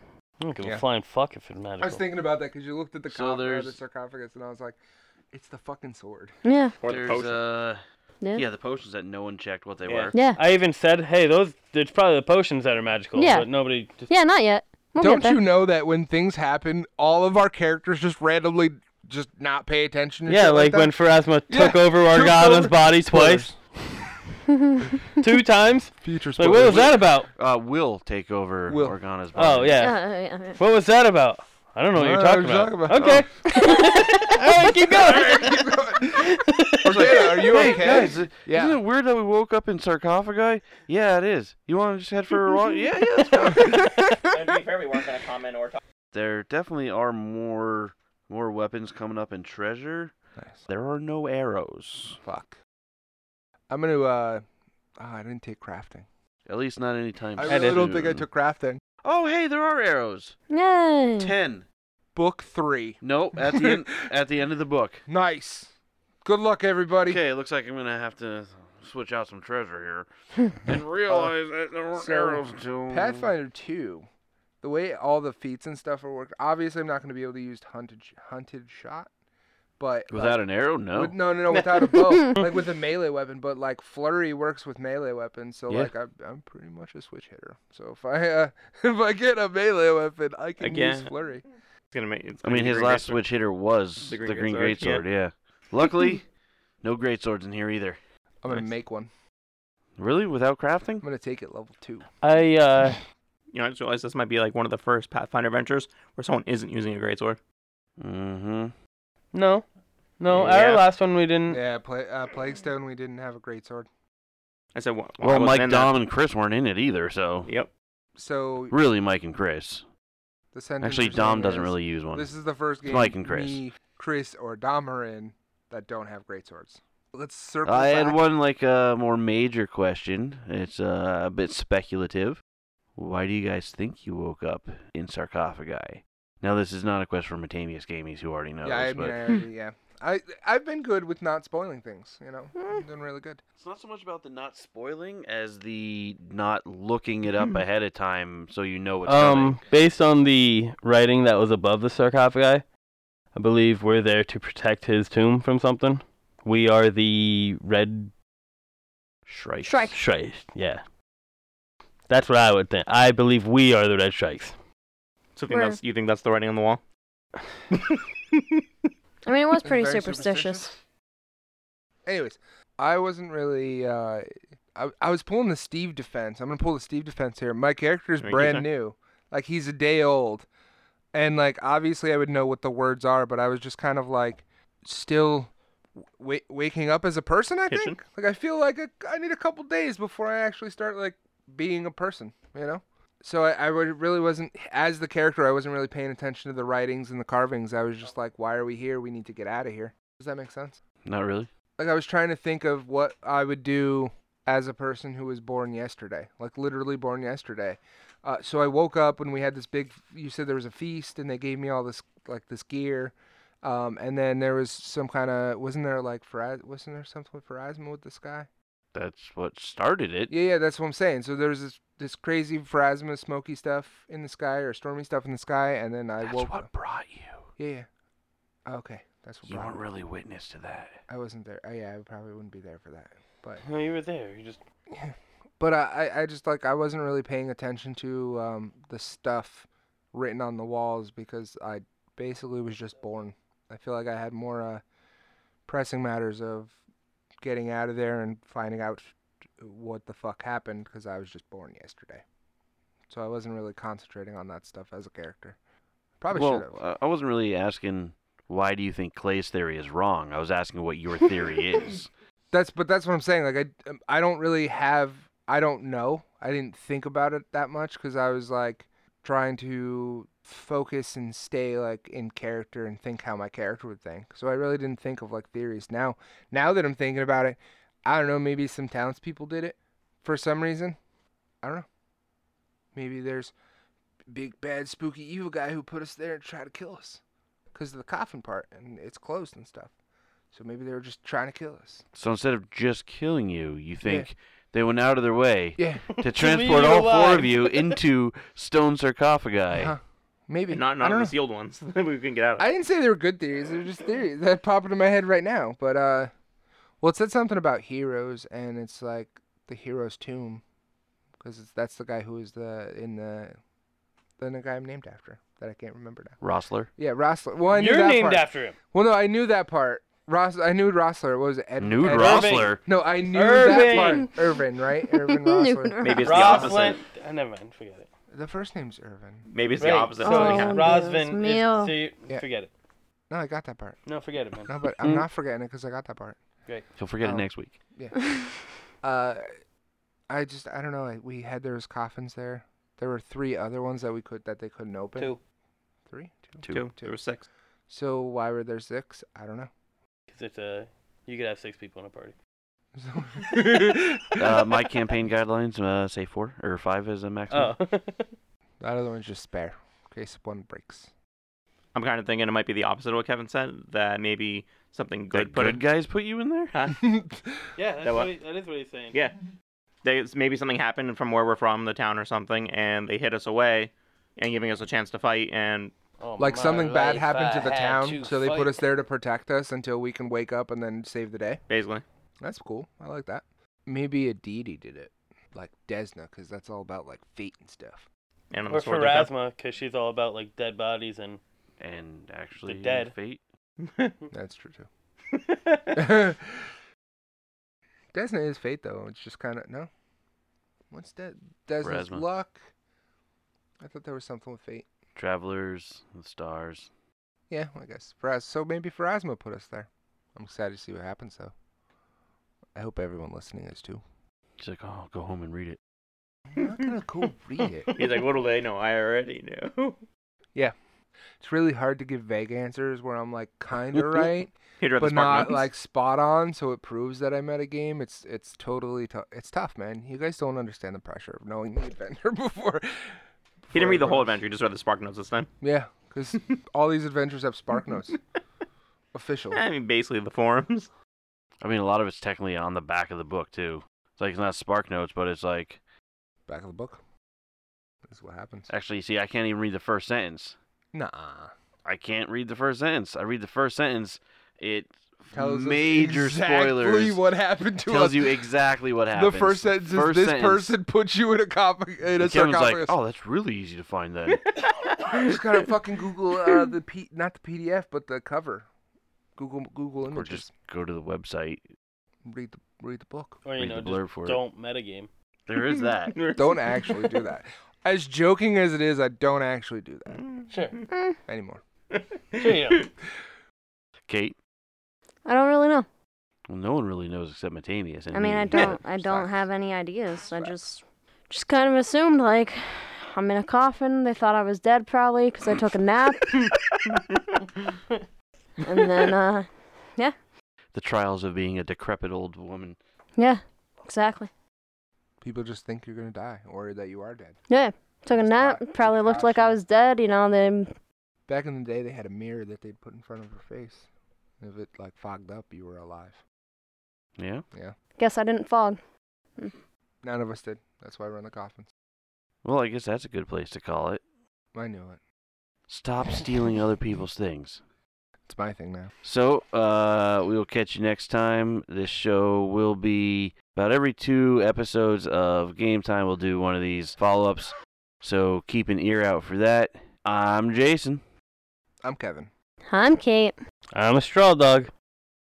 Speaker 4: I don't give
Speaker 3: Yeah.
Speaker 4: a flying fuck if it mattered.
Speaker 3: I was thinking about that because you looked at the,
Speaker 1: So
Speaker 3: so the
Speaker 1: there's-
Speaker 3: sarcophagus and I was like, it's the fucking sword.
Speaker 2: Yeah.
Speaker 5: Or the
Speaker 1: There's
Speaker 5: potion.
Speaker 1: uh,
Speaker 2: Yeah.
Speaker 1: yeah, the potions that no one checked what they
Speaker 4: Yeah.
Speaker 1: were.
Speaker 2: Yeah.
Speaker 4: I even said, "Hey, those it's probably the potions that are magical."
Speaker 2: Yeah.
Speaker 4: But nobody. Just,
Speaker 2: Yeah, not yet. We'll get
Speaker 3: Don't
Speaker 2: there.
Speaker 3: you know that when things happen, all of our characters just randomly just not pay attention? and
Speaker 4: yeah,
Speaker 3: shit
Speaker 4: like
Speaker 3: like,
Speaker 4: when Pharasma
Speaker 3: Yeah,
Speaker 4: took over
Speaker 3: took
Speaker 4: Argana's
Speaker 3: over-
Speaker 4: body
Speaker 3: Spoilers.
Speaker 4: twice, two times.
Speaker 3: Future
Speaker 4: Like, what was
Speaker 3: spoilers.
Speaker 4: that about?
Speaker 1: Uh, will take over
Speaker 3: Will.
Speaker 1: Organa's body.
Speaker 4: Oh yeah.
Speaker 2: Uh, yeah, yeah.
Speaker 4: What was that about? I don't know what
Speaker 3: I
Speaker 4: you're
Speaker 3: don't
Speaker 4: talking
Speaker 3: know
Speaker 4: about.
Speaker 3: Uh, what you're
Speaker 4: Okay.
Speaker 3: Oh.
Speaker 4: All right, keep going.
Speaker 1: I was like,
Speaker 3: Yeah, are you
Speaker 1: "Hey,
Speaker 3: okay?"
Speaker 1: guys,
Speaker 3: Yeah.
Speaker 1: Isn't it weird that we woke up in sarcophagi? Yeah, it is. You want to just head for a walk? yeah, yeah. That's fine.
Speaker 5: And to be fair, we weren't going to comment or talk.
Speaker 1: there definitely are more more weapons coming up and treasure.
Speaker 3: Nice.
Speaker 1: There are no arrows.
Speaker 3: Fuck. I'm gonna. uh oh, I didn't take crafting.
Speaker 1: At least not anytime
Speaker 3: I
Speaker 1: soon.
Speaker 3: really don't think I took crafting.
Speaker 1: Oh, hey, there are arrows.
Speaker 2: oh, Yay.
Speaker 1: Ten.
Speaker 3: Book three.
Speaker 1: Nope. At the end, at the end of the book.
Speaker 3: Nice. Good luck, everybody.
Speaker 1: Okay, it looks like I'm gonna have to switch out some treasure here, and realize that there were
Speaker 3: so,
Speaker 1: arrows too.
Speaker 3: Pathfinder two. The way all the feats and stuff are worked. Obviously, I'm not gonna be able to use hunted hunted shot, but
Speaker 1: Without an arrow, no.
Speaker 3: With, no, no, no, without a bow, like with a melee weapon. But like flurry works with melee weapons, so
Speaker 1: Yeah.
Speaker 3: like I, I'm pretty much a switch hitter. So if I uh, if I get a melee weapon, I can use
Speaker 5: Again.
Speaker 3: flurry.
Speaker 5: It's gonna make, it's
Speaker 1: I
Speaker 5: gonna
Speaker 1: mean,
Speaker 5: be
Speaker 1: his
Speaker 5: great
Speaker 1: last
Speaker 5: research.
Speaker 1: switch hitter was
Speaker 5: The
Speaker 1: the green,
Speaker 5: green
Speaker 1: great
Speaker 5: greatsword, yeah.
Speaker 1: sword. Yeah. Luckily, no great swords in here either.
Speaker 3: I'm gonna
Speaker 5: Nice.
Speaker 3: make one.
Speaker 1: Really, without crafting?
Speaker 3: I'm gonna take it level two.
Speaker 4: I uh,
Speaker 5: You know, I just realized this might be like one of the first Pathfinder ventures where someone isn't using a greatsword.
Speaker 1: Mm-hmm.
Speaker 4: no, no. Our
Speaker 5: Yeah.
Speaker 4: last one we
Speaker 1: Mm.
Speaker 4: didn't.
Speaker 3: Yeah, pla uh, Plague Stone. We didn't have a great sword,
Speaker 5: I said, well, I
Speaker 1: Well,
Speaker 5: wasn't
Speaker 1: Mike,
Speaker 5: in that.
Speaker 1: Dom, and Chris weren't in it either, so
Speaker 5: Yep.
Speaker 3: so
Speaker 1: really, Mike and Chris.
Speaker 3: the sentence
Speaker 1: Actually,
Speaker 3: is
Speaker 1: Dom
Speaker 3: on
Speaker 1: doesn't
Speaker 3: this.
Speaker 1: really use one.
Speaker 3: This is the first game.
Speaker 1: Mike and Chris.
Speaker 3: Me, Chris or Dom are in that don't have great swords. Let's circle.
Speaker 1: I
Speaker 3: back.
Speaker 1: had one like a more major question. It's uh, a bit speculative. Why do you guys think you woke up in sarcophagi? Now, this is not a question for Matamius Gamies, who already knows,
Speaker 3: Yeah, I
Speaker 1: but
Speaker 3: mean, I already, yeah. I I've been good with not spoiling things. You know,
Speaker 2: Hmm.
Speaker 3: I'm doing really good.
Speaker 1: it's not so much about the not spoiling as the not looking it
Speaker 3: Hmm.
Speaker 1: up ahead of time so you know what's
Speaker 4: Um, based on the writing that was above the sarcophagi, I believe we're there to protect his tomb from something. We are the
Speaker 1: coming.
Speaker 4: red
Speaker 1: Shrike.
Speaker 2: Shrike.
Speaker 4: stripes. Yeah, that's what I would think. I believe we are the red strikes.
Speaker 5: So you think
Speaker 2: Where-
Speaker 5: that's you think that's the writing on the wall?
Speaker 2: I mean, it was
Speaker 3: It's
Speaker 2: pretty
Speaker 3: very
Speaker 2: superstitious.
Speaker 3: superstitious. Anyways, I wasn't really. Uh, I I was pulling the Steve defense. I'm gonna pull the Steve defense here. My character's
Speaker 5: Make your
Speaker 3: brand
Speaker 5: turn.
Speaker 3: new. Like he's a day old, and like obviously I would know what the words are, but I was just kind of like still. W- waking up as a person, I
Speaker 5: Kitchen.
Speaker 3: think. Like I feel like a, I need a couple days before I actually start like being a person, you know? So I, I would- really wasn't, as the character, I wasn't really paying attention to the writings and the carvings. I was just like, why are we here? We need to get out of here. Does that make sense?
Speaker 1: Not really.
Speaker 3: Like I was trying to think of what I would do as a person who was born yesterday, like literally born yesterday. Uh, so I woke up when we had this big. You said there was a feast, and they gave me all this like this gear, um, and then there was some kind of wasn't there like Pharas- wasn't there something with Pharasma with this guy?
Speaker 1: That's what started it.
Speaker 3: Yeah, yeah, that's what I'm saying. So there's this this crazy phrasma, smoky stuff in the sky or stormy stuff in the sky, and then I
Speaker 1: That's
Speaker 3: woke.
Speaker 1: what
Speaker 3: up.
Speaker 1: brought you.
Speaker 3: Yeah, yeah. Oh, Okay, that's what.
Speaker 1: You
Speaker 3: brought
Speaker 1: weren't
Speaker 3: me.
Speaker 1: really witness to that.
Speaker 3: I wasn't there. Oh, yeah, I probably wouldn't be there for that. But
Speaker 4: No, you were there. You just
Speaker 3: but I I- I just like I wasn't really paying attention to um the stuff written on the walls because I basically was just born. I feel like I had more uh pressing matters of getting out of there and finding out what the fuck happened because I was just born yesterday. So I wasn't really concentrating on that stuff as a character. Probably
Speaker 1: well, uh,
Speaker 3: should have.
Speaker 1: I- I wasn't really asking why do you think Clay's theory is wrong. I was asking what your theory is.
Speaker 3: That's but that's what I'm saying. Like I um, I don't really have I don't know. I didn't think about it that much because I was like trying to focus and stay like in character and think how my character would think. So I really didn't think of like theories. Now now that I'm thinking about it, I don't know. Maybe some townspeople did it for some reason. I don't know. Maybe there's big bad spooky evil guy who put us there and tried to kill us because of the coffin part and it's closed and stuff. So maybe they were just trying to kill us.
Speaker 1: So instead of just killing you, you think they went out of their way
Speaker 3: Yeah.
Speaker 1: to
Speaker 4: leave
Speaker 1: transport
Speaker 4: you
Speaker 1: all four
Speaker 4: alive.
Speaker 1: of you into stone sarcophagi.
Speaker 3: Huh. Maybe.
Speaker 5: and not
Speaker 3: I
Speaker 5: not
Speaker 3: don't know.
Speaker 5: resealed ones that we can get out of.
Speaker 3: I didn't say they were good theories. They're just theories that pop into my head right now. But uh, well, it said something about heroes, and it's like the hero's tomb, because that's the guy who was the in the, then the guy I'm named after that I can't remember now.
Speaker 1: Rossler.
Speaker 3: Yeah, Rossler. Well, I knew
Speaker 4: You're
Speaker 3: that
Speaker 4: named
Speaker 3: part.
Speaker 4: after him.
Speaker 3: Well, no, I knew that part. Ross, I knew Rossler. What was it? Ed,
Speaker 1: Nude
Speaker 3: Ed-
Speaker 4: Ross-
Speaker 1: Rossler.
Speaker 3: No, I knew
Speaker 4: Irving.
Speaker 3: that part. Irvin, right? Irvin Rossler.
Speaker 5: Maybe it's the
Speaker 4: Roslin.
Speaker 5: opposite.
Speaker 4: Uh, never mind. Forget it.
Speaker 3: the first name's Irvin.
Speaker 5: Maybe it's
Speaker 4: Right,
Speaker 5: the opposite.
Speaker 4: So
Speaker 5: of what we
Speaker 2: Oh,
Speaker 5: have.
Speaker 4: it's
Speaker 2: Dios
Speaker 4: Rosvin.
Speaker 2: mío.
Speaker 4: Is, so you,
Speaker 3: Yeah.
Speaker 4: Forget it.
Speaker 3: No, I got that part.
Speaker 4: No, forget it, man.
Speaker 3: No, but I'm not forgetting it because I got that part.
Speaker 1: You'll forget
Speaker 3: Oh.
Speaker 1: it next week.
Speaker 3: Uh, I just I don't know. like, We had there was coffins there. There were three other ones that we could that they couldn't open.
Speaker 5: Two.
Speaker 3: Three? Two.
Speaker 1: Two.
Speaker 5: Two. There were six.
Speaker 3: So why were there six? I don't know.
Speaker 4: 'Cause it's uh, you could have six people in a party.
Speaker 3: So-
Speaker 1: Uh, my campaign guidelines uh, say four or five is a maximum.
Speaker 4: Oh.
Speaker 3: that other one's just spare in case one breaks.
Speaker 5: I'm kind of thinking it might be the opposite of what Kevin said. That maybe something
Speaker 1: That
Speaker 5: good put
Speaker 1: good
Speaker 5: in.
Speaker 1: guys put you in there?
Speaker 4: yeah, that's
Speaker 5: That what?
Speaker 4: what he, that is what he's saying.
Speaker 5: Yeah. They, it's- maybe something happened from where we're from, the town or something, and they hit us away, and giving us a chance to fight. And
Speaker 4: Oh,
Speaker 3: like
Speaker 4: my
Speaker 3: something bad
Speaker 4: life,
Speaker 3: happened to
Speaker 4: I
Speaker 3: the
Speaker 4: had
Speaker 3: town,
Speaker 4: to
Speaker 3: so they
Speaker 4: fight.
Speaker 3: put us there to protect us until we can wake up and then save the day.
Speaker 5: basically,
Speaker 3: That's cool. I like that. Maybe a deity did it, like Desna, because that's all about like fate and stuff.
Speaker 5: and on
Speaker 4: Or
Speaker 5: the sword
Speaker 4: Pharasma, because she's all about like dead bodies and
Speaker 1: And actually,
Speaker 4: The dead.
Speaker 1: fate.
Speaker 5: they come.
Speaker 3: That's true too. Desna is fate, though. It's just kind of no. What's that? Desna's
Speaker 1: Phrasma.
Speaker 3: luck. I thought there was something with fate.
Speaker 1: Travelers, the stars.
Speaker 3: Yeah, I guess. Phrasma. So maybe Phrasma put us there. I'm excited to see what happens, though. I hope everyone listening is too.
Speaker 1: She's like, oh, go home and read it.
Speaker 3: I'm not gonna go read it.
Speaker 5: He's like, "What'll they know? I already knew."
Speaker 3: It's really hard to give vague answers where I'm like kind of right,
Speaker 5: He'd read the
Speaker 3: but
Speaker 5: Spark
Speaker 3: not
Speaker 5: Notes.
Speaker 3: like spot on. So it proves that I met a game. It's it's totally tou- it's tough, man. You guys don't understand the pressure of knowing the adventure before.
Speaker 5: He didn't read the
Speaker 3: before everyone
Speaker 5: whole adventure. He just read the Spark Notes this time.
Speaker 3: else. Yeah, because all these adventures have spark notes. Official.
Speaker 5: I mean, basically the forums.
Speaker 1: I mean, a lot of it's technically on the back of the book too. It's like it's not spark notes, but it's like
Speaker 3: Back of the book. That's what happens.
Speaker 1: actually, see, I can't even read the first sentence.
Speaker 3: Nah.
Speaker 1: I can't read the first sentence. I read the first sentence. It
Speaker 3: Tells us
Speaker 1: major
Speaker 3: exactly
Speaker 1: spoilers.
Speaker 3: what happened to
Speaker 1: tells
Speaker 3: us.
Speaker 1: you exactly what
Speaker 3: the
Speaker 1: happened.
Speaker 3: first sentence is this person put you in a, cop- in a
Speaker 1: Kevin's like,
Speaker 3: sarcophagus.
Speaker 1: oh, that's really easy to find then.
Speaker 3: You just gotta fucking Google uh, the P- not the PDF, but the cover. Google Google
Speaker 1: or
Speaker 3: images.
Speaker 1: just go to the website.
Speaker 3: Read the read the book.
Speaker 4: or you
Speaker 1: Read
Speaker 4: know
Speaker 1: the
Speaker 4: just
Speaker 1: blurb for it.
Speaker 4: don't metagame.
Speaker 1: There is that.
Speaker 3: Don't actually do that. As joking as it is, I don't actually do that
Speaker 4: Sure.
Speaker 2: Mm,
Speaker 3: anymore.
Speaker 4: Sure you don't.
Speaker 1: Kate,
Speaker 2: I don't really know.
Speaker 1: well, no one really knows except Matanius. and
Speaker 2: I mean, I
Speaker 1: me.
Speaker 2: don't. I don't
Speaker 3: Facts.
Speaker 2: have any ideas. I just, just kind of assumed like, I'm in a coffin. They thought I was dead probably because I took a nap, and then, uh,
Speaker 1: The trials of being a decrepit old woman.
Speaker 2: yeah, exactly.
Speaker 3: People just think you're gonna die or that you are dead.
Speaker 2: Yeah, took a
Speaker 3: Just
Speaker 2: nap.
Speaker 3: thought-
Speaker 2: Probably looked like I
Speaker 3: Gotcha.
Speaker 2: was dead. You know, they
Speaker 3: Back in the day, they had a mirror that they'd put in front of your face. If it like fogged up, you were alive.
Speaker 1: Yeah.
Speaker 2: guess I didn't fog.
Speaker 3: None of us did. That's why we're in the coffins.
Speaker 1: Well, I guess that's a good place to call it.
Speaker 3: I knew it.
Speaker 1: Stop stealing other people's things.
Speaker 3: It's my thing now.
Speaker 1: So, uh, we will catch you next time. This show will be about every two episodes of Game Time. We'll do one of these follow ups. So, keep an ear out for that. I'm Jason.
Speaker 3: I'm Kevin.
Speaker 2: I'm Kate.
Speaker 4: I'm a straw dog.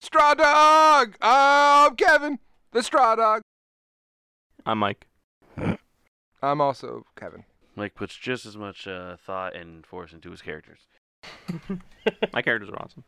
Speaker 3: Straw dog. I'm Kevin. The straw dog.
Speaker 5: I'm Mike.
Speaker 3: I'm also Kevin.
Speaker 1: Mike puts just as much uh, thought and force into his characters.
Speaker 5: My characters are awesome.